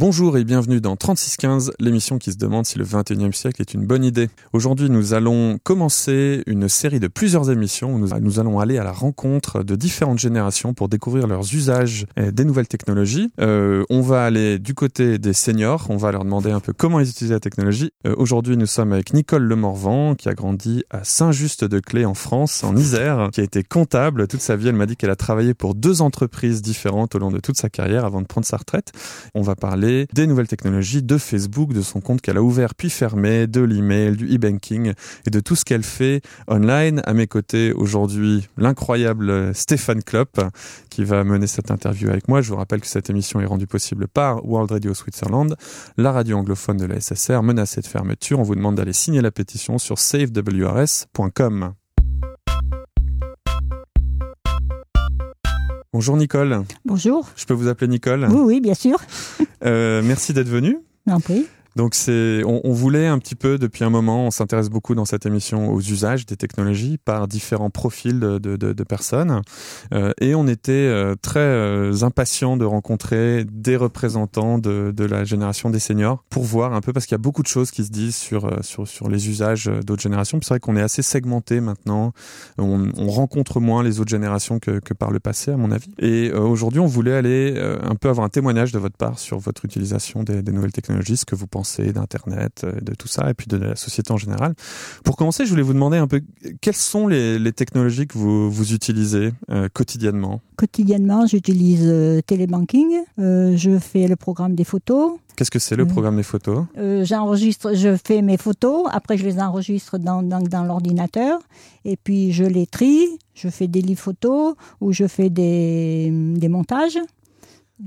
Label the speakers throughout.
Speaker 1: Bonjour et bienvenue dans 3615, l'émission qui se demande si le 21e siècle est une bonne idée. Aujourd'hui, nous allons commencer une série de plusieurs émissions où nous, nous allons aller à la rencontre de différentes générations pour découvrir leurs usages et des nouvelles technologies. Euh, on va aller du côté des seniors, on va leur demander un peu comment ils utilisent la technologie. Euh, Aujourd'hui, nous sommes avec Nicole Lemorvan qui a grandi à Saint-Just-de-Clé en France, en Isère, qui a été comptable toute sa vie. Elle m'a dit qu'elle a travaillé pour deux entreprises différentes au long de toute sa carrière avant de prendre sa retraite. On va parler des nouvelles technologies, de Facebook, de son compte qu'elle a ouvert puis fermé, de l'email, du e-banking et de tout ce qu'elle fait online. À mes côtés aujourd'hui, l'incroyable Stéphane Klopp qui va mener cette interview avec moi. Je vous rappelle que cette émission est rendue possible par World Radio Switzerland, la radio anglophone de la SSR menacée de fermeture. On vous demande d'aller signer la pétition sur savewrs.com. Bonjour Nicole.
Speaker 2: Bonjour.
Speaker 1: Je peux vous appeler Nicole
Speaker 2: Oui, oui, bien sûr.
Speaker 1: Euh, merci d'être venu.
Speaker 2: Non, oui.
Speaker 1: Donc c'est, on, on, voulait un petit peu depuis un moment, on s'intéresse beaucoup dans cette émission aux usages des technologies par différents profils de, de, de, de personnes, euh, et on était euh, très euh, impatient de rencontrer des représentants de, de la génération des seniors pour voir un peu parce qu'il y a beaucoup de choses qui se disent sur euh, sur, sur les usages d'autres générations. C'est vrai qu'on est assez segmenté maintenant, on, on, rencontre moins les autres générations que, que par le passé à mon avis. Et euh, aujourd'hui, on voulait aller euh, un peu avoir un témoignage de votre part sur votre utilisation des, des nouvelles technologies, ce que vous pensez d'Internet, euh, de tout ça, et puis de la société en général. Pour commencer, je voulais vous demander un peu quelles sont les, les technologies que vous, vous utilisez euh, quotidiennement
Speaker 2: Quotidiennement, j'utilise euh, télébanking, euh, je fais le programme des photos. Euh,
Speaker 1: Qu'est-ce que c'est le programme des photos
Speaker 2: J'enregistre, je fais mes photos, après je les enregistre dans, dans, dans l'ordinateur, et puis je les trie, je fais des livres photos ou je fais des, des montages.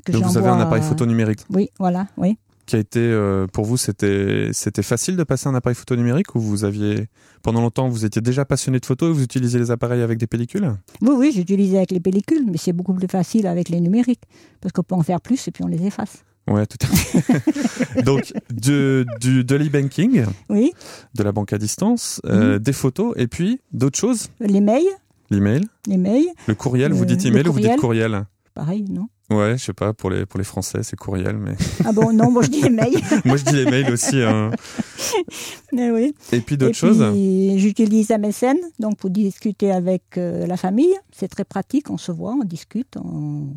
Speaker 1: Que Donc vous avez un
Speaker 2: euh,
Speaker 1: appareil photo numérique
Speaker 2: Oui, voilà, oui
Speaker 1: qui a été euh, pour vous c'était c'était facile de passer un appareil photo numérique ou vous aviez pendant longtemps vous étiez déjà passionné de photo et vous utilisez les appareils avec des pellicules
Speaker 2: Oui oui, j'utilisais avec les pellicules mais c'est beaucoup plus facile avec les numériques parce qu'on peut en faire plus et puis on les efface.
Speaker 1: Ouais, tout à fait. Donc, de, du, de l'e-banking,
Speaker 2: oui.
Speaker 1: de la banque à distance, euh, mmh. des photos, et puis d'autres choses
Speaker 2: Les mails.
Speaker 1: L'email.
Speaker 2: L'email.
Speaker 1: Le courriel, vous dites email ou vous dites courriel
Speaker 2: Pareil, non
Speaker 1: Ouais, je sais pas, pour les, pour les Français, c'est courriel, mais.
Speaker 2: Ah bon, non, moi je dis les mails.
Speaker 1: moi je dis les mails aussi. Hein.
Speaker 2: Mais Eh oui.
Speaker 1: Et puis d'autres choses
Speaker 2: J'utilise MSN, donc pour discuter avec euh, la famille. C'est très pratique, on se voit, on discute, on...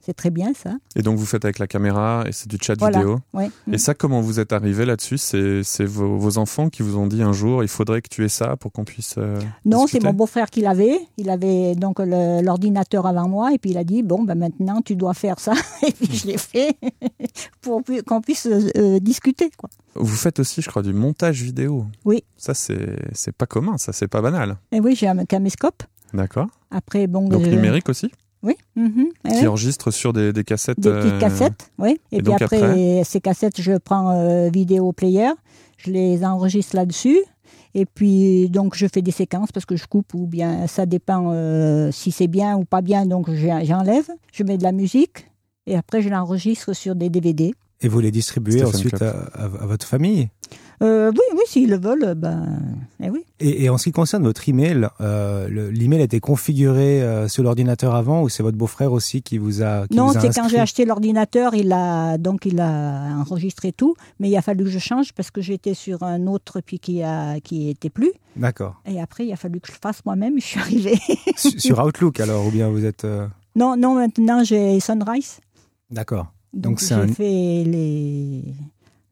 Speaker 2: c'est très bien ça.
Speaker 1: Et donc vous faites avec la caméra et c'est du chat
Speaker 2: voilà. Mm.
Speaker 1: vidéo.
Speaker 2: Ouais.
Speaker 1: Et ça, comment vous êtes arrivé là-dessus C'est vos, vos, enfants qui vous ont dit un jour, il faudrait que tu aies ça pour qu'on puisse. Euh,
Speaker 2: non, c'est mon beau-frère qui l'avait. Il avait donc l'ordinateur avant moi et puis il a dit bon ben maintenant tu dois faire ça et puis je l'ai fait pour qu'on puisse euh, discuter quoi.
Speaker 1: Vous faites aussi, je crois, du montage vidéo.
Speaker 2: Oui.
Speaker 1: Ça c'est pas commun, ça c'est pas banal.
Speaker 2: Et oui, j'ai un caméscope.
Speaker 1: D'accord.
Speaker 2: Après bon. euh,
Speaker 1: Donc je... numérique aussi.
Speaker 2: Oui. Mmh,
Speaker 1: qui oui. enregistre sur des, des, cassettes.
Speaker 2: Des petites cassettes, euh... oui. Et, et puis après, après, ces cassettes, je prends euh, vidéo player, je les enregistre là-dessus. Et puis, donc, je fais des séquences parce que je coupe ou bien ça dépend euh, si c'est bien ou pas bien, donc j'enlève. Je mets de la musique et après, je l'enregistre sur des DVD.
Speaker 3: Et vous les distribuez ensuite à, à, à, votre famille
Speaker 2: euh, Oui, oui, s'ils le veulent, ben, eh oui.
Speaker 3: Et, et, en ce qui concerne votre email, euh, l'email était configuré euh, sur l'ordinateur avant ou c'est votre beau-frère aussi qui vous a qui
Speaker 2: Non,
Speaker 3: c'est
Speaker 2: quand j'ai acheté l'ordinateur, il a donc il a enregistré tout, mais il a fallu que je change parce que j'étais sur un autre puis qui a qui était plus.
Speaker 3: D'accord.
Speaker 2: Et après, il a fallu que je fasse moi-même. Je suis arrivée.
Speaker 3: sur Outlook alors ou bien vous êtes euh,
Speaker 2: Non, non, maintenant j'ai Sunrise.
Speaker 3: D'accord.
Speaker 2: Donc, Donc j'ai un... fait les,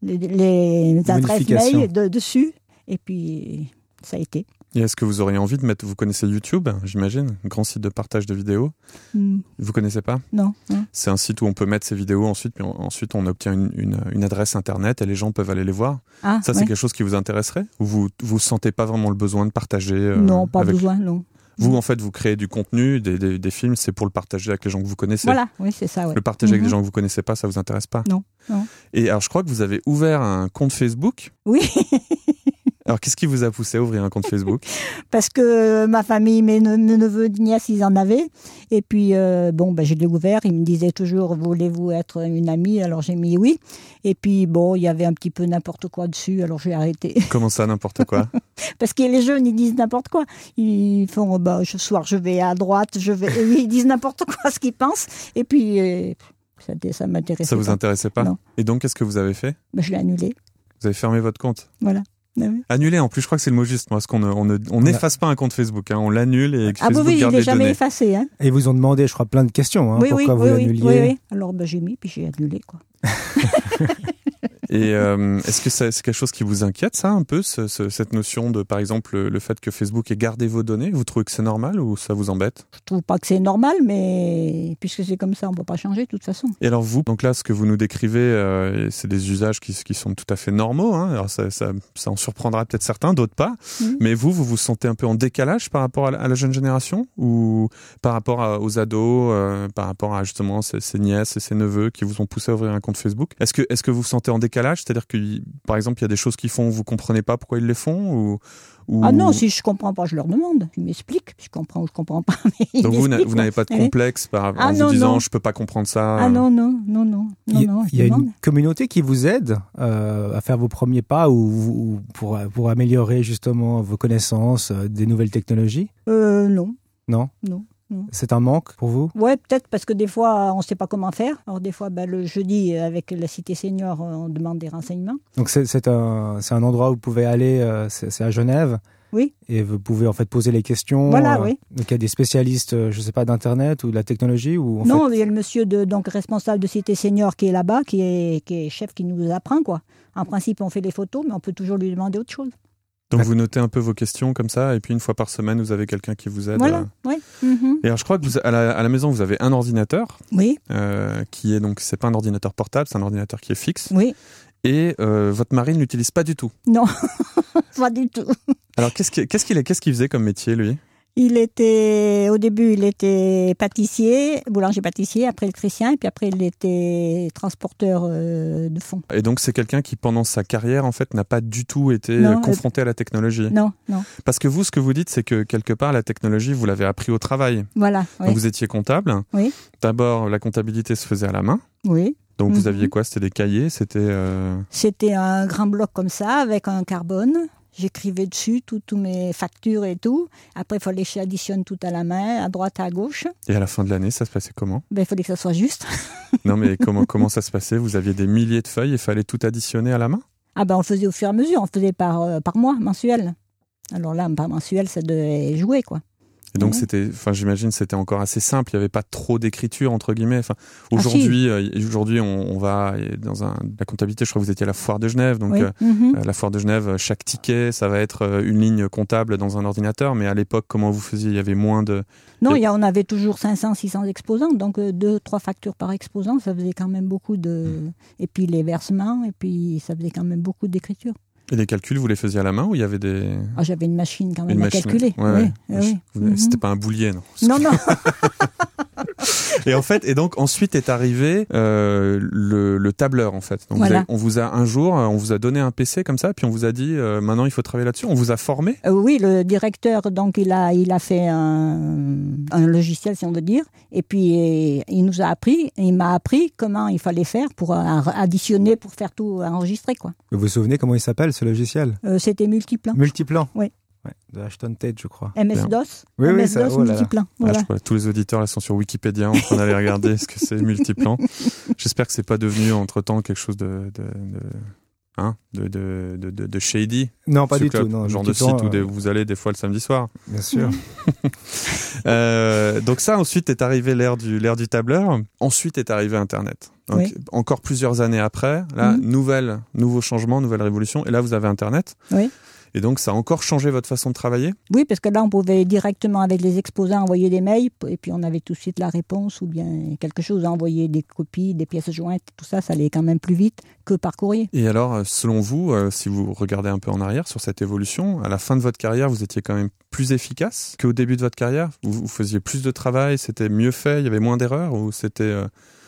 Speaker 2: les, les adresses mail de, dessus et puis ça a été.
Speaker 1: Et est-ce que vous auriez envie de mettre, vous connaissez YouTube, j'imagine, grand site de partage de vidéos. Mm. Vous connaissez pas
Speaker 2: Hmm, Non. non.
Speaker 1: C'est un site où on peut mettre ses vidéos ensuite, puis on, ensuite on obtient une, une, une, adresse internet et les gens peuvent aller les voir.
Speaker 2: Ah,
Speaker 1: ça,
Speaker 2: ouais.
Speaker 1: c'est quelque chose qui vous intéresserait Ou vous vous sentez pas vraiment le besoin de partager euh,
Speaker 2: Non, pas
Speaker 1: avec...
Speaker 2: besoin, non.
Speaker 1: Vous, en fait, vous créez du contenu, des, des, des films, c'est pour le partager avec les gens que vous connaissez.
Speaker 2: Voilà, oui, c'est ça. Ouais. Mhm.
Speaker 1: Le partager mm -hmm. avec les gens que vous connaissez pas, ça vous intéresse pas
Speaker 2: non, non.
Speaker 1: Et alors, je crois que vous avez ouvert un compte Facebook.
Speaker 2: Oui.
Speaker 1: alors, qu'est-ce qui vous a poussé à ouvrir un compte Facebook
Speaker 2: Parce que ma famille, mes, neveux, nièces, ils en avaient. Et puis, euh, bon, ben, je l'ai ouvert. Ils me disaient toujours, voulez-vous être une amie Alors, j'ai mis oui. Et puis, bon, il y avait un petit peu n'importe quoi dessus, alors j'ai arrêté.
Speaker 1: Comment ça, n'importe quoi
Speaker 2: Parce que les jeunes, ils disent n'importe quoi. Ils font, bah, ce soir, je vais à droite, je vais. ils disent n'importe quoi ce qu'ils pensent. Et puis, euh, Ça, ça m'intéressait.
Speaker 1: Ça vous
Speaker 2: pas.
Speaker 1: intéressait pas
Speaker 2: Non.
Speaker 1: Et donc, qu'est-ce que vous avez fait
Speaker 2: Ben, je l'ai annulé.
Speaker 1: Vous avez fermé votre compte
Speaker 2: Voilà. Ah oui.
Speaker 1: Annulé, en plus, je crois que c'est le mot juste, moi, parce qu'on ne- on ne- on
Speaker 3: Ouais.
Speaker 1: n'efface pas un compte Facebook, hein, on l'annule et que
Speaker 2: Ah oui,
Speaker 1: Facebook
Speaker 2: oui, il
Speaker 1: garde
Speaker 2: n'est
Speaker 1: les
Speaker 2: jamais
Speaker 1: données.
Speaker 2: effacé. Hein.
Speaker 3: Et ils vous ont demandé, je crois, plein de questions. Hein,
Speaker 2: oui, oui,
Speaker 3: pourquoi vous
Speaker 2: oui, oui,
Speaker 3: l'annuliez
Speaker 2: oui, oui. Alors ben, j'ai mis, puis j'ai annulé. Quoi.
Speaker 1: Et euh, est-ce que ça- c'est quelque chose qui vous inquiète, ça, un peu, ce- ce- cette notion de, par exemple, le, le fait que Facebook ait gardé vos données Vous trouvez que c'est normal ou ça vous embête
Speaker 2: Je trouve pas que c'est normal, mais puisque c'est comme ça, on peut pas changer de toute façon.
Speaker 1: Et alors vous, donc là, ce que vous nous décrivez, euh, c'est des usages qui, qui sont tout à fait normaux. hein. Alors ça, ça, ça en surprendra peut-être certains, d'autres pas.
Speaker 2: Mhm.
Speaker 1: Mais vous, vous vous sentez un peu en décalage par rapport à la, à la jeune génération ou par rapport à- aux ados, euh, par rapport à justement ces, ces nièces et ces neveux qui vous ont poussé à ouvrir un compte Facebook. Est-ce que, est-ce que vous vous sentez en décalage C'est-à-dire que, par exemple, il y a des choses qu'ils font, vous comprenez pas pourquoi ils les font ou, ou-
Speaker 3: Oh.
Speaker 2: Ah non, si je comprends pas, je leur demande. Ils m'expliquent. Je comprends ou je comprends pas. Mais ils
Speaker 1: Donc vous n'a-
Speaker 2: m'expliquent,
Speaker 1: vous
Speaker 2: quoi.
Speaker 1: n'avez pas de hein.
Speaker 2: Ouais.
Speaker 1: complexe par, en
Speaker 2: Ah
Speaker 1: vous
Speaker 2: non,
Speaker 1: disant
Speaker 2: non.
Speaker 1: je peux pas comprendre ça.
Speaker 2: Ah non, non, non, non. non,
Speaker 3: Il y a-
Speaker 2: non je
Speaker 3: il y a
Speaker 2: demande.
Speaker 3: une communauté qui vous aide euh, à faire vos premiers pas ou, ou pour, pour améliorer justement vos connaissances euh, des nouvelles technologies
Speaker 2: Euh, non.
Speaker 3: Non
Speaker 2: Non, non.
Speaker 3: C'est un manque pour vous
Speaker 2: Ouais, peut-être parce que des fois, on ne sait pas comment faire. Alors des fois, ben, le jeudi, euh, avec la Cité Senior, euh, on demande des renseignements.
Speaker 3: Donc c'est- c'est un, c'est un endroit où vous pouvez aller, euh, c'est c'est à Genève.
Speaker 2: Oui.
Speaker 3: Et vous pouvez en fait poser les questions.
Speaker 2: Voilà,
Speaker 3: euh,
Speaker 2: oui.
Speaker 3: Donc il y a des spécialistes, euh, je sais pas, d'Internet ou de la technologie ou en fait-
Speaker 2: non, il y a le monsieur de, donc, responsable de Cité Senior qui est là-bas, qui est, qui est chef, qui nous apprend. quoi. En principe, on fait les photos, mais on peut toujours lui demander autre chose.
Speaker 1: Donc vous notez un peu vos questions comme ça, et puis une fois par semaine, vous avez quelqu'un qui vous aide. euh.
Speaker 2: Voilà, oui. Mhm.
Speaker 1: Et alors je crois que vous, à, la, à la maison, vous avez un ordinateur,
Speaker 2: Oui,
Speaker 1: euh, qui est donc, c'est pas un ordinateur portable, c'est un ordinateur qui est fixe,
Speaker 2: oui.
Speaker 1: et euh, votre mari ne l'utilise pas du tout.
Speaker 2: Pas du tout.
Speaker 1: Alors qu'est-ce qui- qu'est-ce qu'il est- qu'est-ce qu'il faisait comme métier, lui
Speaker 2: Il était, au début, il était pâtissier, boulanger-pâtissier, après électricien, et puis après, il était transporteur euh, de fonds.
Speaker 1: Et donc c'est quelqu'un qui, pendant sa carrière, en fait, n'a pas du tout été
Speaker 2: Non,
Speaker 1: euh, confronté à la technologie.
Speaker 2: Non, non.
Speaker 1: Parce que vous, ce que vous dites, c'est que quelque part, la technologie, vous l'avez appris au travail.
Speaker 2: Voilà,
Speaker 1: Donc
Speaker 3: Ah,
Speaker 2: oui.
Speaker 1: vous étiez comptable.
Speaker 2: Oui.
Speaker 1: D'abord, la comptabilité se faisait à la main.
Speaker 2: oui.
Speaker 1: Donc vous
Speaker 2: Mhm.
Speaker 1: aviez quoi C'était des cahiers, c'était... euh,
Speaker 2: C'était un grand bloc comme ça, avec un carbone. J'écrivais dessus tout- tous mes factures et tout. Après, il fallait que j'additionne tout à la main, à droite, à gauche.
Speaker 1: Et à la fin de l'année, ça se passait comment
Speaker 2: Ben, il fallait que ça soit juste.
Speaker 1: Non, mais comment, comment ça se passait Vous aviez des milliers de feuilles et fallait tout additionner à la main
Speaker 2: Ah ben, on le faisait au fur et à mesure. On le faisait par, euh, par mois, mensuel. Alors là, par mensuel, ça devait jouer, quoi.
Speaker 1: Et donc,
Speaker 2: Ouais.
Speaker 1: c'était, enfin, j'imagine, c'était encore assez simple. Il n'y avait pas trop d'écriture, entre guillemets. Enfin,
Speaker 2: Ah, si.
Speaker 1: aujourd'hui, euh, aujourd'hui, on, on va dans un, la comptabilité. Je crois que vous étiez à la foire de Genève. Donc,
Speaker 2: Oui.
Speaker 1: euh,
Speaker 2: Mhm.
Speaker 1: euh, la foire de Genève, euh, chaque ticket, ça va être euh, une ligne comptable dans un ordinateur. Mais à l'époque, comment vous faisiez Il y avait moins de.
Speaker 2: non,
Speaker 1: et-
Speaker 2: il y a, on avait toujours 500, 600 exposants. Donc, euh, deux, trois factures par exposant, ça faisait quand même beaucoup
Speaker 1: Mm.
Speaker 2: de... Et puis, les versements, et puis, ça faisait quand même beaucoup d'écriture.
Speaker 1: Et les calculs, vous les faisiez à la main ou il y avait des.
Speaker 2: Ah, j'avais une machine quand même
Speaker 1: une
Speaker 2: à
Speaker 1: machine
Speaker 2: calculer.
Speaker 1: Ouais,
Speaker 2: Oui,
Speaker 1: ouais.
Speaker 2: oui, oui.
Speaker 1: Vous- C'était
Speaker 2: Mhm.
Speaker 1: pas un boulier, non
Speaker 2: Non, non.
Speaker 1: Et en fait, et donc ensuite est arrivé euh, le, le tableur en fait. Donc vous
Speaker 2: Voilà.
Speaker 1: avez- on vous a un jour, euh, on vous a donné un PC comme ça, puis on vous a dit euh, maintenant il faut travailler là-dessus. On vous a formé. Ah,
Speaker 2: Euh, oui, le directeur, donc, il a, il a fait un, un logiciel, si on veut dire. Et puis, euh, il nous a appris, il m'a appris comment il fallait faire pour euh, additionner, pour faire tout enregistrer, quoi.
Speaker 3: Vous vous souvenez comment il s'appelle ce logiciel
Speaker 2: Euh, C'était multiplan.
Speaker 3: Multiplan
Speaker 2: Oui.
Speaker 3: Ouais, de Ashton Tate, je crois.
Speaker 2: MS-DOS.
Speaker 3: Oui, oui, ça-
Speaker 2: MS-DOS
Speaker 3: oh là là.
Speaker 2: multiplan.
Speaker 1: Ah,
Speaker 2: Voilà.
Speaker 1: je crois que tous les auditeurs là sont sur Wikipédia en train d'aller regarder ce que c'est multiplan. J'espère que c'est pas devenu entre temps quelque chose de, de, de hein, de, de, de, de- de shady.
Speaker 3: Non, pas
Speaker 1: Ce
Speaker 3: du
Speaker 1: club,
Speaker 3: tout. Non,
Speaker 1: genre de site
Speaker 3: Multiplan,
Speaker 1: où des-
Speaker 3: euh,
Speaker 1: vous allez des fois le samedi soir.
Speaker 3: Bien sûr.
Speaker 1: Euh, donc ça, ensuite est arrivé l'ère du, l'ère du tableur. Ensuite est arrivé Internet. Donc,
Speaker 2: Oui.
Speaker 1: Encore plusieurs années après, là,
Speaker 2: Mhm.
Speaker 1: nouvelle, nouveau changement, nouvelle révolution. Et là, vous avez Internet.
Speaker 2: Oui.
Speaker 1: Et donc, ça a encore changé votre façon de travailler.
Speaker 2: Oui, parce que là, on pouvait directement, avec les exposants, envoyer des mails. Et puis, on avait tout de suite la réponse ou bien quelque chose. Envoyer des copies, des pièces jointes, tout ça, ça allait quand même plus vite que par courrier.
Speaker 1: Et alors, euh, selon vous, euh, si vous regardez un peu en arrière sur cette évolution, à la fin de votre carrière, vous étiez quand même plus efficace qu'au début de votre carrière vous, vous faisiez plus de travail, c'était mieux fait, il y avait moins d'erreurs ou c'était... euh,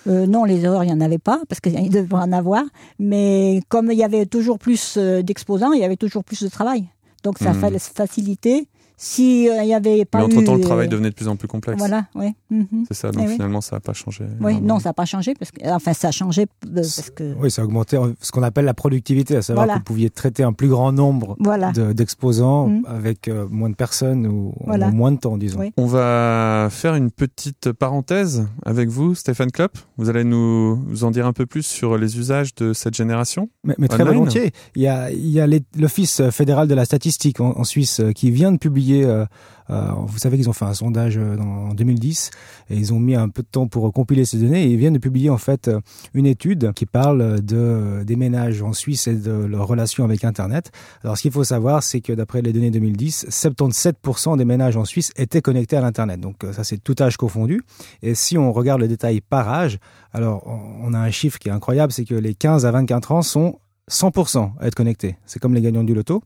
Speaker 2: Euh, non, les erreurs, il n'y en avait pas, parce qu'il devait en avoir. Mais comme il y avait toujours plus euh, d'exposants, il y avait toujours plus de travail. Donc ça
Speaker 1: Mhm.
Speaker 2: fa- facilitait Si il euh, y avait pas
Speaker 1: Mais entre-temps,
Speaker 2: eu,
Speaker 1: le travail
Speaker 2: euh,
Speaker 1: devenait de plus en plus complexe.
Speaker 2: Voilà, oui. mhm.
Speaker 1: C'est ça, donc
Speaker 2: Eh oui.
Speaker 1: finalement, ça n'a pas changé.
Speaker 2: Oui,
Speaker 1: énormément.
Speaker 2: non, ça n'a pas changé. Parce que, enfin, ça a changé euh, parce que.
Speaker 3: Oui, ça a augmenté euh, ce qu'on appelle la productivité, à savoir
Speaker 2: Voilà.
Speaker 3: que vous pouviez traiter un plus grand nombre
Speaker 2: Voilà.
Speaker 3: de- d'exposants
Speaker 2: Mm.
Speaker 3: avec euh, moins de personnes ou en
Speaker 2: Voilà.
Speaker 3: moins de temps, disons.
Speaker 2: Oui.
Speaker 1: On va faire une petite parenthèse avec vous, Stéphane Klopp. Vous allez nous, nous en dire un peu plus sur les usages de cette génération.
Speaker 3: Mais, mais très
Speaker 1: Online.
Speaker 3: volontiers. Il y a, il y a les- l'Office fédéral de la statistique en, en Suisse euh, qui vient de publier, euh, euh, vous savez qu'ils ont fait un sondage euh, dans- en 2010 et ils ont mis un peu de temps pour euh, compiler ces données et ils viennent de publier en fait euh, une étude qui parle de, euh, des ménages en Suisse et de leur relation avec Internet. Alors ce qu'il faut savoir, c'est que d'après les données 2010, 77% des ménages en Suisse étaient connectés à l'Internet. Donc euh, ça c'est tout âge confondu. Et si on regarde le détail par âge, alors on on a un chiffre qui est incroyable, c'est que les 15 à 24 ans sont 100% à être connectés. C'est comme les gagnants du loto.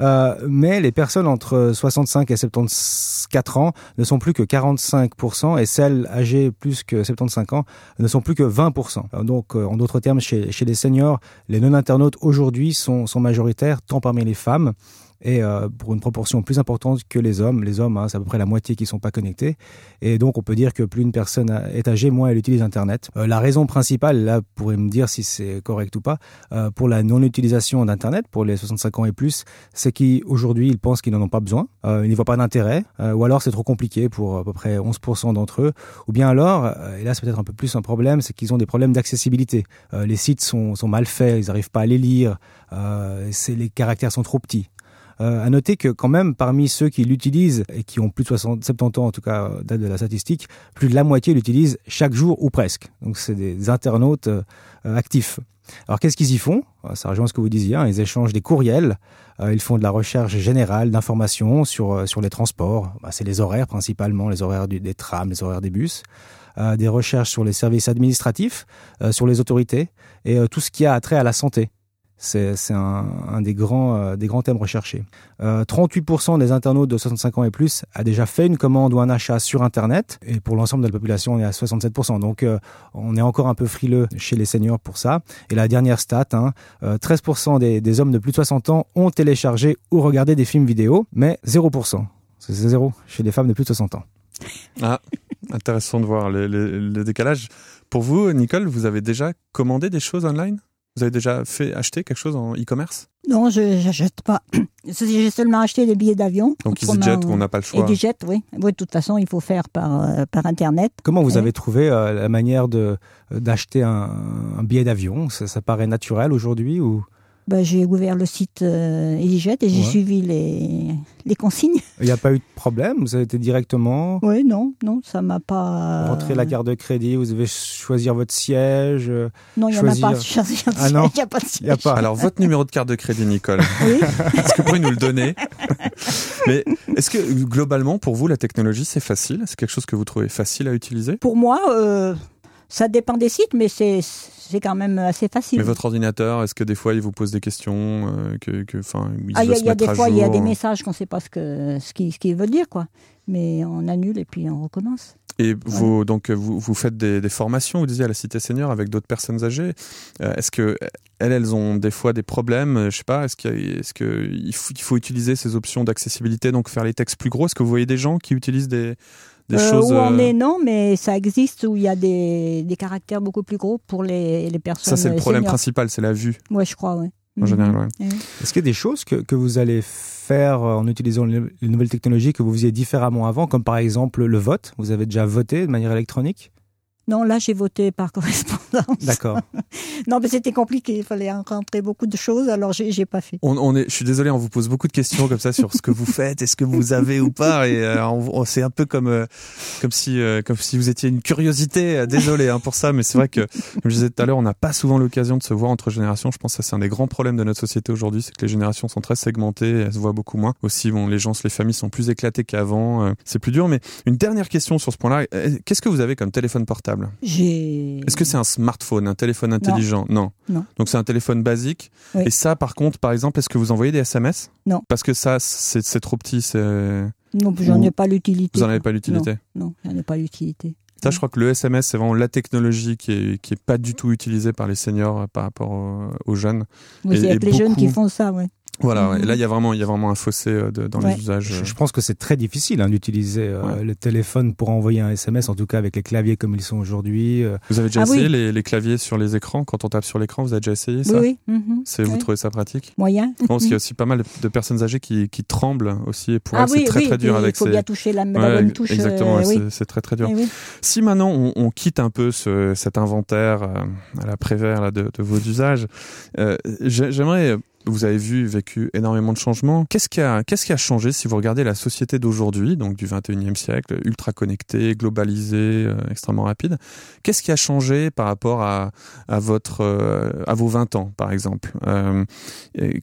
Speaker 3: Euh, mais les personnes entre 65 et 74 ans ne sont plus que 45% et celles âgées plus que 75 ans ne sont plus que 20%. Euh, Donc, euh, en d'autres termes, chez, chez les seniors, les non-internautes aujourd'hui sont, sont majoritaires tant parmi les femmes et euh, pour une proportion plus importante que les hommes. Les hommes, hein, c'est à peu près la moitié qui ne sont pas connectés. Et donc, on peut dire que plus une personne a- est âgée, moins elle utilise Internet. Euh, la raison principale, là, vous pourrez me dire si c'est correct ou pas, euh, pour la non-utilisation d'Internet, pour les 65 ans et plus, c'est qu'aujourd'hui, ils pensent qu'ils n'en ont pas besoin, euh, ils n'y voient pas d'intérêt, euh, ou alors c'est trop compliqué pour euh, à peu près 11% d'entre eux, ou bien alors, euh, et là c'est peut-être un peu plus un problème, c'est qu'ils ont des problèmes d'accessibilité. Euh, les sites sont, sont mal faits, ils n'arrivent pas à les lire, euh, c'est- les caractères sont trop petits. Euh, à noter que quand même parmi ceux qui l'utilisent et qui ont plus de 60, 70 ans en tout cas euh, date de la statistique, plus de la moitié l'utilisent chaque jour ou presque. Donc c'est des internautes euh, euh, actifs. Alors qu'est-ce qu'ils y font Euh, Ça rejoint ce que vous disiez, hein, ils échangent des courriels, euh, ils font de la recherche générale d'informations sur, euh, sur les transports, Bah, c'est les horaires principalement, les horaires du- des trams, les horaires des bus, euh, des recherches sur les services administratifs, euh, sur les autorités et euh, tout ce qui a trait à la santé. C'est c'est un, un des, grands, euh, des grands thèmes recherchés. Euh, 38% des internautes de 65 ans et plus a déjà fait une commande ou un achat sur Internet. Et pour l'ensemble de la population, on est à 67%. Donc euh, on est encore un peu frileux chez les seniors pour ça. Et la dernière stat, hein, euh, 13% des, des hommes de plus de 60 ans ont téléchargé ou regardé des films vidéo, mais 0%. C'est c'est zéro chez les femmes de plus de 60 ans.
Speaker 1: Ah, intéressant de voir le, le- le décalage. Pour vous, Nicole, vous avez déjà commandé des choses online Vous avez déjà fait acheter quelque chose en e-commerce
Speaker 2: Non, je n'achète pas. J'ai seulement acheté des billets d'avion.
Speaker 1: Donc
Speaker 2: Autrement,
Speaker 1: EasyJet, on n'a pas le
Speaker 2: Et
Speaker 1: choix.
Speaker 2: du jet, oui. Oui, de toute façon, il faut faire par, euh, par Internet.
Speaker 3: Comment vous
Speaker 2: Oui.
Speaker 3: avez trouvé euh, la manière de- euh, d'acheter un, un billet d'avion ça, ça paraît naturel aujourd'hui ou
Speaker 2: Ben, j'ai ouvert le site euh, EasyJet et j'ai
Speaker 3: Ouais.
Speaker 2: suivi les, les consignes.
Speaker 3: il n'y a pas eu de problème Vous avez été directement
Speaker 2: Oui, non, non, ça m'a pas.
Speaker 3: Rentrer la carte de crédit, vous devez choisir votre siège. euh,
Speaker 2: Non, il n'y en a
Speaker 3: choisir.
Speaker 2: pas. Il
Speaker 3: Ah non.
Speaker 2: n'y a pas de siège.
Speaker 3: Il n'y a pas.
Speaker 1: Alors, votre numéro de carte de crédit, Nicole,
Speaker 2: Oui.
Speaker 1: est-ce que vous pourriez nous le donner Mais est-ce que globalement, pour vous, la technologie, c'est facile C'est quelque chose que vous trouvez facile à utiliser
Speaker 2: Pour moi, euh, ça dépend des sites, mais c'est c'est quand même assez facile.
Speaker 1: Mais votre ordinateur, est-ce que des fois, il vous pose des questions euh, que, que, enfin, il
Speaker 2: Ah, il y
Speaker 1: doit
Speaker 2: a,
Speaker 1: se
Speaker 2: il y a
Speaker 1: mettre
Speaker 2: des
Speaker 1: à
Speaker 2: fois, il y a des
Speaker 1: jour
Speaker 2: messages qu'on ne sait pas ce que ce qui, ce qu'ils veulent dire, quoi. Mais on annule et puis on recommence.
Speaker 1: Et vous, donc, vous, vous faites des, des formations, vous disiez, à la Cité Senior avec d'autres personnes âgées. Euh, est-ce que elles, elles ont des fois des problèmes euh, Je sais pas, est-ce qu'il y a- est-ce que il faut, il faut utiliser ces options d'accessibilité, donc faire les textes plus gros Est-ce que vous voyez des gens qui utilisent des, des
Speaker 2: Euh,
Speaker 1: choses
Speaker 2: où on
Speaker 1: euh,
Speaker 2: est, non, mais ça existe où il y a des, des caractères beaucoup plus gros pour les, les
Speaker 1: Ça,
Speaker 2: personnes.
Speaker 1: c'est le problème
Speaker 2: seniors.
Speaker 1: principal, c'est la vue,
Speaker 2: Ouais, je crois, ouais.
Speaker 1: en
Speaker 2: Mhm.
Speaker 1: général. ouais.
Speaker 3: Est-ce qu'il y a des choses que, que vous allez faire euh, en utilisant les les nouvelles technologies que vous faisiez différemment avant, comme par exemple le vote Vous avez déjà voté de manière électronique
Speaker 2: Non, là, j'ai voté par correspondance.
Speaker 3: D'accord.
Speaker 2: Non, mais c'était compliqué. Il fallait en rentrer beaucoup de choses, alors j'ai j'ai pas fait.
Speaker 1: On, on est, je suis désolé, on vous pose beaucoup de questions comme ça sur ce que vous faites, est-ce que vous avez ou pas, et euh, on- on- c'est un peu comme euh, comme si euh, comme si vous étiez une curiosité. Euh, Désolé hein, pour ça, mais c'est vrai que comme je disais tout à l'heure, on n'a pas souvent l'occasion de se voir entre générations. Je pense que ça c'est un des grands problèmes de notre société aujourd'hui, c'est que les générations sont très segmentées, elles se voient beaucoup moins. Aussi, bon, les gens, les familles sont plus éclatées qu'avant, euh, c'est plus dur. Mais une dernière question sur ce point-là, euh, qu'est-ce que vous avez comme téléphone portable
Speaker 2: J'ai.
Speaker 1: est-ce que c'est un smartphone, un téléphone intelligent Non.
Speaker 2: Non.
Speaker 1: Donc c'est un téléphone basique.
Speaker 2: Oui.
Speaker 1: Et ça, par contre, par exemple, est-ce que vous envoyez des SMS
Speaker 2: Non.
Speaker 1: Parce que ça, c'est c'est trop petit. c'est-
Speaker 2: Non, j'en ai pas l'utilité.
Speaker 1: Vous n'en avez
Speaker 2: quoi.
Speaker 1: pas l'utilité.
Speaker 2: Non, j'en ai pas l'utilité.
Speaker 1: Ça, je crois que le SMS, c'est vraiment la technologie qui est, qui est pas du tout utilisée par les seniors euh, par rapport au- aux, jeunes.
Speaker 2: Oui,
Speaker 1: Et-
Speaker 2: c'est
Speaker 1: et
Speaker 2: avec les jeunes qui
Speaker 1: beaucoup-
Speaker 2: font ça, ouais.
Speaker 1: Voilà, mmh. et là il y a vraiment il y a vraiment un fossé euh, de, dans ouais. les usages.
Speaker 3: Je, je pense que c'est très difficile hein, d'utiliser euh, ouais. le téléphone pour envoyer un SMS, en tout cas avec les claviers comme ils sont aujourd'hui. euh.
Speaker 1: Vous avez déjà ah, essayé oui. les, les, claviers sur les écrans quand on tape sur l'écran, vous avez déjà essayé ça
Speaker 2: Oui. oui. Mmh.
Speaker 1: C'est vous trouvez ça pratique
Speaker 2: Moyen.
Speaker 1: Je pense qu'il y a aussi pas mal de personnes âgées qui, qui tremblent aussi pour ah, oui, c'est très très dur avec.
Speaker 2: Il faut ces... bien toucher la, la bonne touche. Eh
Speaker 1: Exactement, euh, c'est très très dur. Si maintenant on, on, quitte un peu ce, cet inventaire euh, à la prévère là, de, de, vos usages, euh, j'aimerais vous avez vu, vécu énormément de changements. Qu'est-ce qui a, qu'est-ce qui a changé si vous regardez la société d'aujourd'hui, donc du 21e siècle, ultra connectée, globalisée, euh, extrêmement rapide Qu'est-ce qui a changé par rapport à, à votre, euh, à vos 20 ans, par exemple euh,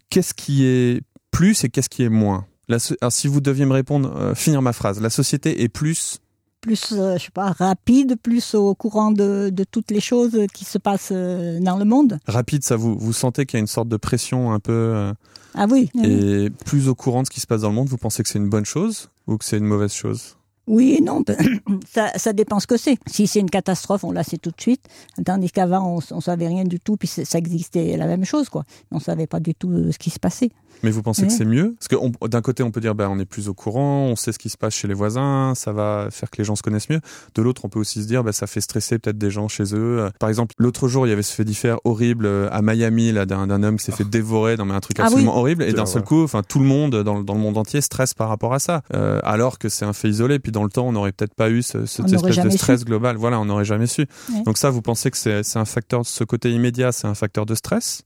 Speaker 1: Qu'est-ce qui est plus et qu'est-ce qui est moins la so Alors, si vous deviez me répondre, euh, finir ma phrase, la société est plus
Speaker 2: plus, euh, je sais pas, rapide, plus au courant de, de, toutes les choses qui se passent euh, dans le monde.
Speaker 1: Rapide, ça vous, vous sentez qu'il y a une sorte de pression un peu. Euh,
Speaker 2: ah oui.
Speaker 1: Et plus au courant de ce qui se passe dans le monde, vous pensez que c'est une bonne chose ou que c'est une mauvaise chose
Speaker 2: oui et non, ben, ça, ça dépend ce que c'est. Si c'est une catastrophe, on la sait tout de suite, tandis qu'avant, on, on savait rien du tout, puis ça existait la même chose, quoi. On savait pas du tout euh, ce qui se passait.
Speaker 1: Mais vous pensez ouais. que c'est mieux Parce que d'un côté, on peut dire, ben, on est plus au courant, on sait ce qui se passe chez les voisins, ça va faire que les gens se connaissent mieux. De l'autre, on peut aussi se dire, ben, ça fait stresser peut-être des gens chez eux. Euh, Par exemple, l'autre jour, il y avait ce fait diffère horrible euh, à Miami, là, d'un homme qui s'est fait dévorer, non mais un truc absolument ah oui. horrible, et d'un seul coup, enfin, tout le monde dans, dans, le monde entier stresse par rapport à ça, euh, alors que c'est un fait isolé. Puis dans le temps, on n'aurait peut-être pas eu ce, cette on espèce de stress su. global. Voilà, on n'aurait jamais su. Ouais. Donc ça, vous pensez que c'est un facteur, ce côté immédiat, c'est un facteur de stress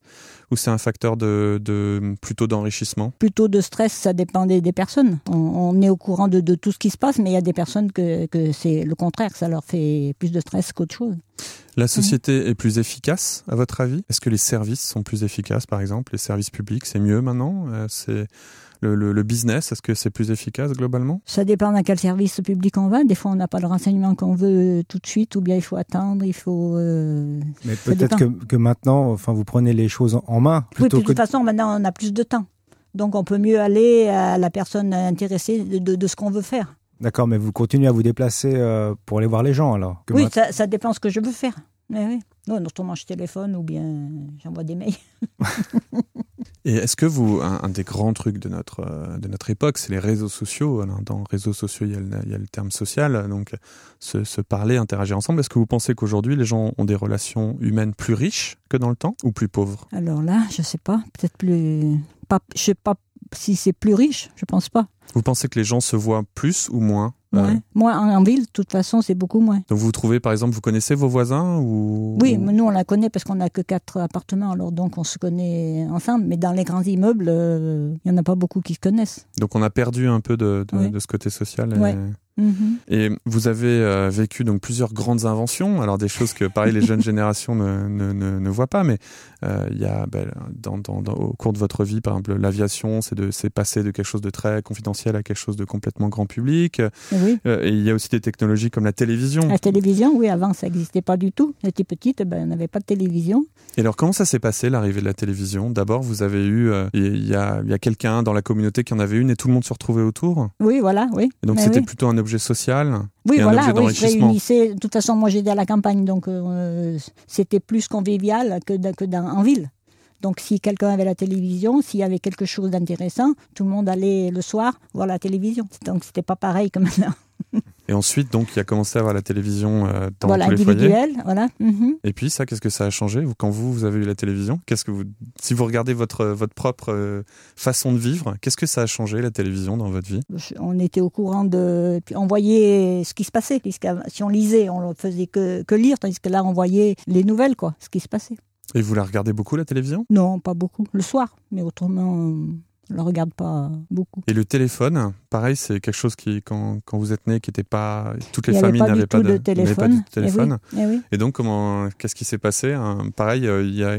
Speaker 1: ou c'est un facteur de, de plutôt d'enrichissement
Speaker 2: Plutôt de stress, ça dépend des, des personnes. On, on, est au courant de, de, tout ce qui se passe, mais il y a des personnes que, que c'est le contraire, ça leur fait plus de stress qu'autre chose.
Speaker 1: La société mmh. est plus efficace, à votre avis Est-ce que les services sont plus efficaces, par exemple Les services publics, c'est mieux maintenant Euh, C'est le, le, le, business, est-ce que c'est plus efficace globalement
Speaker 2: Ça dépend dans quel service public on va. Des fois, on n'a pas le renseignement qu'on veut euh, tout de suite, ou bien il faut attendre, il faut. Euh...
Speaker 3: Mais peut-être que, que, maintenant, enfin, vous prenez les choses en main. Plutôt
Speaker 2: oui, puis de
Speaker 3: que...
Speaker 2: toute façon, maintenant, on a plus de temps. Donc, on peut mieux aller à la personne intéressée de, de, de ce qu'on veut faire.
Speaker 3: D'accord, mais vous continuez à vous déplacer euh, pour aller voir les gens alors
Speaker 2: que Oui, ma... ça, ça dépend ce que je veux faire. Mais oui. Non, notamment je téléphone ou bien j'envoie des mails.
Speaker 1: Et est-ce que vous, un, un, des grands trucs de notre, euh, de notre époque, c'est les réseaux sociaux alors, Dans réseaux sociaux, il y, a le, il y, a le, terme social, donc se, se parler, interagir ensemble. Est-ce que vous pensez qu'aujourd'hui, les gens ont des relations humaines plus riches que dans le temps ou plus pauvres
Speaker 2: Alors là, je ne sais pas. Peut-être plus. Pas, je ne sais pas si c'est plus riche, je ne pense pas.
Speaker 1: Vous pensez que les gens se voient plus ou moins
Speaker 2: Ouais. Euh... Moi, en, ville, de toute façon, c'est beaucoup moins.
Speaker 1: Donc vous trouvez, par exemple, vous connaissez vos voisins ou
Speaker 2: Oui, mais nous, on la connaît parce qu'on n'a que quatre appartements, alors donc on se connaît ensemble. Mais dans les grands immeubles, il euh, n'y en a pas beaucoup qui se connaissent.
Speaker 1: Donc on a perdu un peu de, de, ouais. de ce côté social. Et...
Speaker 2: Ouais. Mmh.
Speaker 1: Et vous avez euh, vécu donc plusieurs grandes inventions, alors des choses que pareil les jeunes générations ne, ne, ne, ne, voient pas, mais il euh, y a ben, dans, dans, dans, au cours de votre vie, par exemple, l'aviation, c'est passé de quelque chose de très confidentiel à quelque chose de complètement grand public.
Speaker 2: Oui.
Speaker 1: Euh, et il y a aussi des technologies comme la télévision.
Speaker 2: La télévision, oui, avant ça n'existait pas du tout. J'étais petite, ben, on n'avait pas de télévision.
Speaker 1: Et alors comment ça s'est passé l'arrivée de la télévision D'abord, vous avez eu, euh, il y a, y a quelqu'un dans la communauté qui en avait une et tout le monde se retrouvait autour.
Speaker 2: Oui, voilà, oui.
Speaker 1: Et donc c'était oui. plutôt un objet social
Speaker 2: oui,
Speaker 1: et
Speaker 2: voilà,
Speaker 1: un objet
Speaker 2: d'enrichissement. Oui, de toute façon, moi j'étais à la campagne, donc euh, c'était plus convivial que, que dans, en ville. Donc si quelqu'un avait la télévision, s'il y avait quelque chose d'intéressant, tout le monde allait le soir voir la télévision. Donc c'était pas pareil que maintenant.
Speaker 1: Et ensuite, donc, il a commencé à avoir la télévision euh, dans
Speaker 2: voilà,
Speaker 1: tous les
Speaker 2: individuelle, foyers. Voilà. Mm -hmm.
Speaker 1: Et puis ça, qu'est-ce que ça a changé quand vous vous avez eu la télévision Qu'est-ce que vous, si vous regardez votre votre propre euh, façon de vivre, qu'est-ce que ça a changé la télévision dans votre vie
Speaker 2: On était au courant de, on voyait ce qui se passait. Si on lisait, on ne faisait que, que lire, tandis que là, on voyait les nouvelles, quoi, ce qui se passait.
Speaker 1: Et vous la regardez beaucoup la télévision
Speaker 2: Non, pas beaucoup. Le soir, mais autrement. On ne le regarde pas beaucoup.
Speaker 1: Et le téléphone, pareil, c'est quelque chose qui, quand, quand vous êtes né, qui n'était pas. Toutes les familles n'avaient pas,
Speaker 2: de, téléphone.
Speaker 1: Pas de téléphone.
Speaker 2: Et, oui, et, oui.
Speaker 1: et donc, comment, qu'est-ce qui s'est passé hein, Pareil, il euh, y a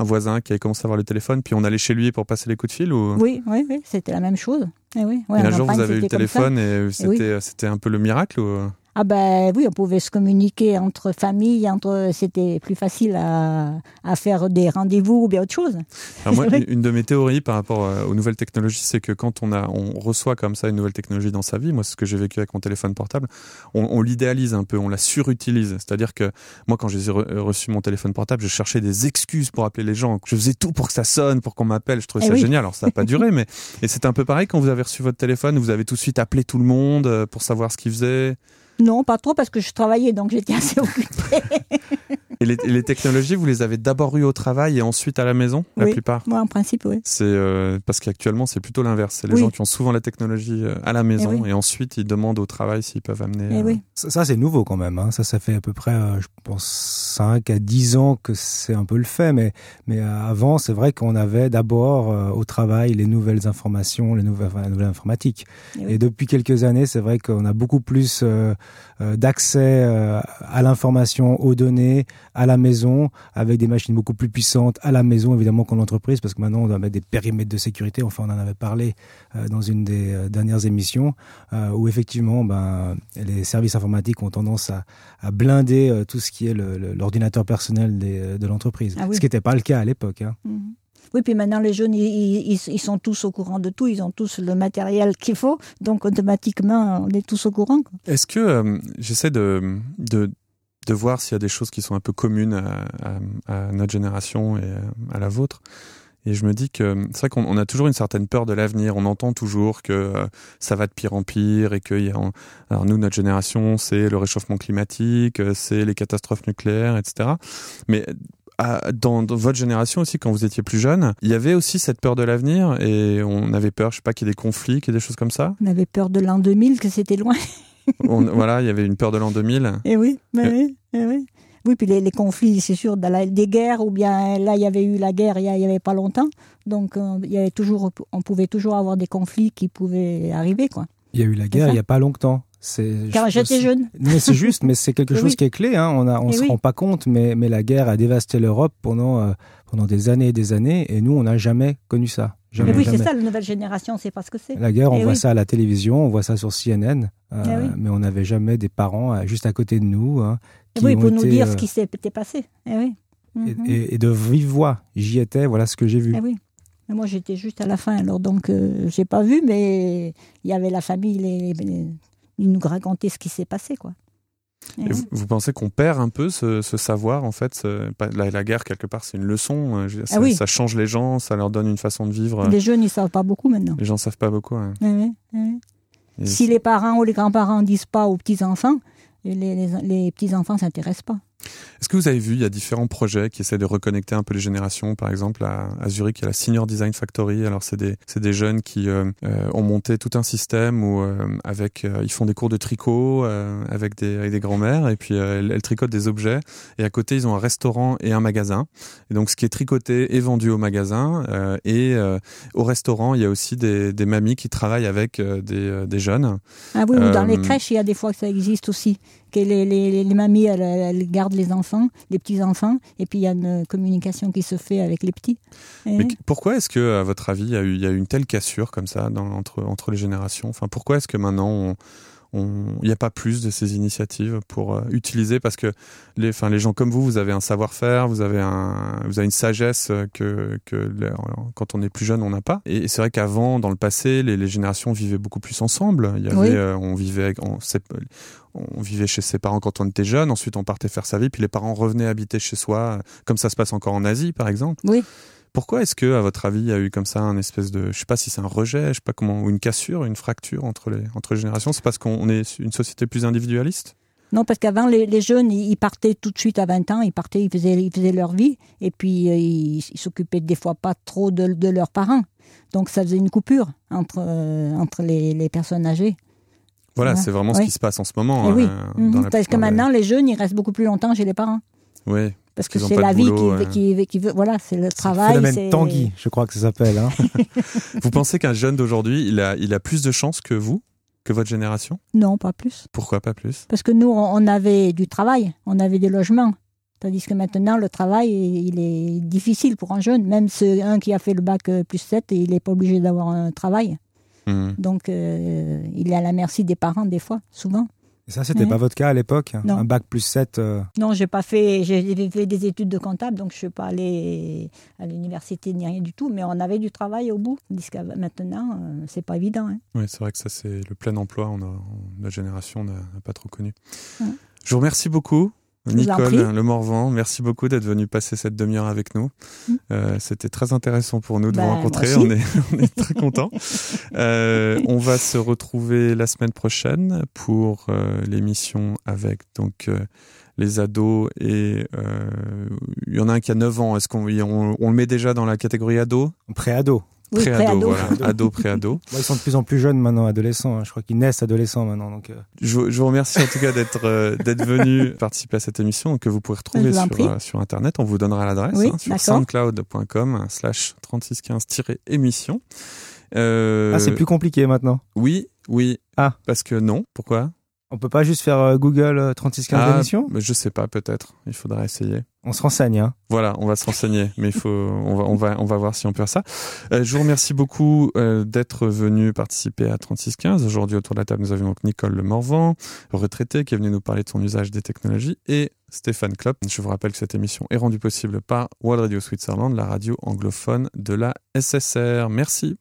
Speaker 1: un voisin qui avait commencé à avoir le téléphone, puis on allait chez lui pour passer les coups de fil ou...
Speaker 2: Oui, oui, oui c'était la même chose. Et, oui, Eh
Speaker 1: ouais, et un jour, vous avez eu le téléphone et c'était, oui. c'était un euh, peu le miracle ou... euh?
Speaker 2: Ah ben oui, on pouvait se communiquer entre familles, entre c'était plus facile à, à faire des rendez-vous ou bien autre chose.
Speaker 1: Alors moi, une de mes théories par rapport euh, aux nouvelles technologies, c'est que quand on a, on reçoit comme ça une nouvelle technologie dans sa vie, moi c'est ce que j'ai vécu avec mon téléphone portable, on, on l'idéalise un peu, on la surutilise. C'est-à-dire que moi quand j'ai reçu mon téléphone portable, je cherchais des excuses pour appeler les gens, je faisais tout pour que ça sonne, pour qu'on m'appelle, je trouvais
Speaker 2: Eh
Speaker 1: ça
Speaker 2: oui.
Speaker 1: génial. Alors ça n'a pas duré, mais et c'est un peu pareil quand vous avez reçu votre téléphone, vous avez tout de suite appelé tout le monde euh, pour savoir ce qu'ils faisaient.
Speaker 2: Non, pas trop parce que je travaillais, donc j'étais assez occupée.
Speaker 1: Et les, et les technologies, vous les avez d'abord eues au travail et ensuite à la maison, la
Speaker 2: Oui.
Speaker 1: plupart
Speaker 2: Moi, en principe, oui.
Speaker 1: C'est euh, parce qu'actuellement c'est plutôt l'inverse. C'est les
Speaker 2: Oui.
Speaker 1: gens qui ont souvent la technologie euh, à la maison
Speaker 2: Eh oui.
Speaker 1: et ensuite ils demandent au travail s'ils peuvent amener.
Speaker 2: Eh
Speaker 1: euh,
Speaker 2: oui.
Speaker 3: Ça, ça, c'est nouveau quand même. hein. Ça, ça fait à peu près, euh, je pense, 5 à 10 ans que c'est un peu le fait. Mais, mais euh, avant, c'est vrai qu'on avait d'abord euh, au travail les nouvelles informations, les nouvelles, enfin, la nouvelle informatique.
Speaker 2: Eh
Speaker 3: Et,
Speaker 2: oui.
Speaker 3: depuis quelques années, c'est vrai qu'on a beaucoup plus euh, euh, d'accès euh, à l'information, aux données, à la maison, avec des machines beaucoup plus puissantes à la maison, évidemment, qu'en entreprise, parce que maintenant, on doit mettre des périmètres de sécurité. Enfin, on en avait parlé euh, dans une des euh, dernières émissions euh, où effectivement ben, les services informatiques ont tendance à, à blinder euh, tout ce qui est le- le- l'ordinateur personnel des- euh, de l'entreprise,
Speaker 2: Ah oui.
Speaker 3: ce qui n'était pas le cas à l'époque. hein.
Speaker 2: Mhm. Oui, puis maintenant, les jeunes, ils, ils- ils- ils sont tous au courant de tout. Ils ont tous le matériel qu'il faut. Donc, automatiquement, on est tous au courant. quoi.
Speaker 1: Est-ce que euh, j'essaie de, de de voir s'il y a des choses qui sont un peu communes à, à- à notre génération et euh, à la vôtre. Et je me dis que c'est vrai qu'on on a toujours une certaine peur de l'avenir. On entend toujours que euh, ça va de pire en pire et que il y a- on- alors nous notre génération c'est le réchauffement climatique, euh, c'est les catastrophes nucléaires, etc. Mais euh, à- dans, dans votre génération aussi, quand vous étiez plus jeune, il y avait aussi cette peur de l'avenir et on avait peur, je sais pas, qu'il y ait des conflits, qu'il y ait des choses comme ça.
Speaker 2: On avait peur de l'an 2000, que c'était loin.
Speaker 1: On- voilà, il y avait une peur de l'an 2000.
Speaker 2: Eh oui, mais
Speaker 1: Euh.
Speaker 2: oui, eh oui. Oui, puis les, les conflits, c'est sûr, dans la- des guerres, ou bien là, il y avait eu la guerre il n'y avait pas longtemps. Donc, euh, il y avait toujours, on pouvait toujours avoir des conflits qui pouvaient arriver. Quoi.
Speaker 3: Il y a eu la guerre
Speaker 2: ça.
Speaker 3: il n'y a pas longtemps. C'est-
Speaker 2: Car j'étais
Speaker 3: c'est-
Speaker 2: jeune.
Speaker 3: Mais c'est juste, mais c'est quelque
Speaker 2: Eh
Speaker 3: chose
Speaker 2: oui.
Speaker 3: qui est clé. Hein. On ne on
Speaker 2: Eh
Speaker 3: se
Speaker 2: oui.
Speaker 3: rend pas compte, mais, mais la guerre a dévasté l'Europe pendant, euh, pendant des années et des années, et nous, on n'a jamais connu ça. Jamais,
Speaker 2: Mais oui, c'est
Speaker 3: jamais.
Speaker 2: ça, la nouvelle génération, c'est parce que c'est.
Speaker 3: La guerre, on
Speaker 2: Eh
Speaker 3: voit
Speaker 2: oui.
Speaker 3: ça à la télévision, on voit ça sur CNN, euh,
Speaker 2: Eh oui.
Speaker 3: mais on n'avait jamais des parents euh, juste à côté de nous. hein, qui
Speaker 2: Eh Oui,
Speaker 3: ont
Speaker 2: pour nous
Speaker 3: été,
Speaker 2: dire
Speaker 3: euh,
Speaker 2: ce qui s'était passé. Eh oui.
Speaker 3: et,
Speaker 2: Mhm.
Speaker 3: et- et de vive voix, j'y étais, voilà ce que j'ai vu.
Speaker 2: Eh oui. Mais moi, j'étais juste à la fin, alors donc, euh, j'ai pas vu, mais il y avait la famille, les, les- ils nous racontaient ce qui s'est passé, quoi. Eh
Speaker 1: Et
Speaker 2: oui.
Speaker 1: vous, vous pensez qu'on perd un peu ce, ce savoir, en fait ce- pas- la, la guerre, quelque part, c'est une leçon. euh, je veux dire, ça,
Speaker 2: Ah oui.
Speaker 1: ça change les gens, ça leur donne une façon de vivre. euh,
Speaker 2: Les jeunes, ils savent pas beaucoup maintenant.
Speaker 1: Les gens savent pas beaucoup. hein.
Speaker 2: Eh oui, eh oui.
Speaker 1: Et
Speaker 2: Si les parents ou les grands-parents disent pas aux petits-enfants, les, les, les petits-enfants s'intéressent pas.
Speaker 1: Est-ce que vous avez vu, il y a différents projets qui essaient de reconnecter un peu les générations. Par exemple, à, à Zurich, il y a la Senior Design Factory. Alors, c'est des, c'est des jeunes qui euh, euh, ont monté tout un système où euh, avec, euh, ils font des cours de tricot euh, avec des, avec des grands-mères et puis euh, elles, elles tricotent des objets. Et à côté, ils ont un restaurant et un magasin. Et donc, ce qui est tricoté est vendu au magasin. euh, et euh, au restaurant, il y a aussi des, des mamies qui travaillent avec euh, des, euh, des jeunes.
Speaker 2: Ah oui, ou dans les
Speaker 1: Euh,
Speaker 2: crèches, il y a des fois que ça existe aussi, que les, les, les- les mamies, elles, elles gardent les enfants, les petits-enfants, et puis il y a une communication qui se fait avec les petits. Eh
Speaker 1: Mais
Speaker 2: oui.
Speaker 1: qu- pourquoi est-ce que, à votre avis, il y a eu, il y a eu une telle cassure comme ça dans, entre, entre les générations Enfin, pourquoi est-ce que maintenant on- on- il n'y a pas plus de ces initiatives pour euh, utiliser Parce que les, enfin, les gens comme vous, vous avez un savoir-faire, vous avez un, vous avez une sagesse euh, que, que le- quand on est plus jeune, on n'a pas. Et c'est vrai qu'avant, dans le passé, les, les générations vivaient beaucoup plus ensemble. Il y avait,
Speaker 2: Oui.
Speaker 1: euh, on vivait, avec- on, s'est- on vivait chez ses parents quand on était jeune. Ensuite, on partait faire sa vie, puis les parents revenaient habiter chez soi, euh, comme ça se passe encore en Asie, par exemple. Pourquoi est-ce que, à votre avis, il y a eu comme ça un espèce de, je sais pas si c'est un rejet, je sais pas comment, ou une cassure, une fracture entre les entre les générations C'est parce qu'on est une société plus individualiste
Speaker 2: Non, parce qu'avant, les, les jeunes, ils ils partaient tout de suite à 20 ans, ils partaient, ils faisaient, ils faisaient leur vie, et puis euh, ils ils s'occupaient des fois pas trop de, de leurs parents. Donc ça faisait une coupure entre, euh, entre les, les personnes âgées.
Speaker 1: Voilà,
Speaker 2: Ouais.
Speaker 1: c'est vraiment ce
Speaker 2: Oui.
Speaker 1: qui se passe en ce moment.
Speaker 2: Eh oui.
Speaker 1: hein,
Speaker 2: Mhm.
Speaker 1: dans la
Speaker 2: parce que
Speaker 1: plupart des-
Speaker 2: maintenant, les jeunes, ils restent beaucoup plus longtemps chez les parents.
Speaker 1: Oui.
Speaker 2: Parce que
Speaker 1: Qu'ils ont
Speaker 2: c'est
Speaker 1: pas
Speaker 2: la
Speaker 1: de
Speaker 2: vie
Speaker 1: boulot,
Speaker 2: qui,
Speaker 1: euh.
Speaker 2: qui- qui- qui veut. Voilà, c'est le
Speaker 3: C'est le
Speaker 2: travail. c'est-
Speaker 3: phénomène Tanguy, je crois que ça s'appelle. hein.
Speaker 1: Vous pensez qu'un jeune d'aujourd'hui, il a il a plus de chances que vous, que votre génération
Speaker 2: Non, pas plus.
Speaker 1: Pourquoi pas plus
Speaker 2: Parce que nous, on on avait du travail, on avait des logements. Tandis que maintenant, le travail, il est difficile pour un jeune. Même ce, un qui a fait le bac euh, plus 7, il n'est pas obligé d'avoir un travail.
Speaker 1: Hmm.
Speaker 2: Donc, euh, il est à la merci des parents, des fois, souvent.
Speaker 3: Et ça, c'était
Speaker 2: Ouais.
Speaker 3: pas votre cas à l'époque hein.
Speaker 2: Non.
Speaker 3: Un bac plus 7 euh,
Speaker 2: Non, j'ai pas fait, j'ai fait des études de comptable, donc je suis pas allée à l'université ni rien du tout, mais on avait du travail au bout. Tandis qu'à maintenant, euh, c'est pas évident. hein.
Speaker 1: Oui, c'est vrai que ça, c'est le plein emploi. On a, on- notre génération n'a n'a pas trop connu.
Speaker 2: Ouais.
Speaker 1: Je vous remercie beaucoup,
Speaker 2: vous en
Speaker 1: Nicole
Speaker 2: prie.
Speaker 1: Le Morvan. Merci beaucoup d'être venue passer cette demi-heure avec nous.
Speaker 2: Mm.
Speaker 1: Euh, C'était très intéressant pour nous de
Speaker 2: Bah,
Speaker 1: vous
Speaker 2: moi
Speaker 1: rencontrer.
Speaker 2: aussi.
Speaker 1: On est, on est très contents. Euh, on va se retrouver la semaine prochaine pour euh, l'émission avec donc euh, les ados et euh, il y en a un qui a 9 ans. Est-ce qu'on on, on le met déjà dans la catégorie ado
Speaker 3: pré-ado.
Speaker 2: Oui, pré-ado.
Speaker 1: voilà. Ado, pré-ado.
Speaker 3: Moi, ils sont de plus en plus jeunes maintenant, adolescents. hein. Je crois qu'ils naissent adolescents maintenant. Donc, euh,
Speaker 1: Je, vous- je vous remercie en tout cas d'être euh, d'être venu participer à cette émission que vous pourrez retrouver
Speaker 2: Je vous en
Speaker 1: sur,
Speaker 2: prie.
Speaker 1: euh, sur Internet. On vous donnera l'adresse hein,
Speaker 2: Oui,
Speaker 1: sur
Speaker 2: d'accord.
Speaker 1: soundcloud.com slash 3615-émission. Euh,
Speaker 3: Ah, c'est plus compliqué maintenant.
Speaker 1: Oui, oui.
Speaker 3: Ah.
Speaker 1: Parce que non. Pourquoi
Speaker 3: On peut pas juste faire euh, Google euh, 3615
Speaker 1: Ah,
Speaker 3: émission
Speaker 1: mais Je sais pas, peut-être. Il faudra essayer.
Speaker 3: On se renseigne. Hein.
Speaker 1: Voilà, on va se renseigner, mais il faut, on va, on va, on va voir si on peut faire ça. Euh, je vous remercie beaucoup euh, d'être venu participer à 3615. Aujourd'hui, autour de la table, nous avions donc Nicole Le Morvan, retraité, qui est venu nous parler de son usage des technologies, et Stéphane Klopp. Je vous rappelle que cette émission est rendue possible par World Radio Switzerland, la radio anglophone de la SSR. Merci.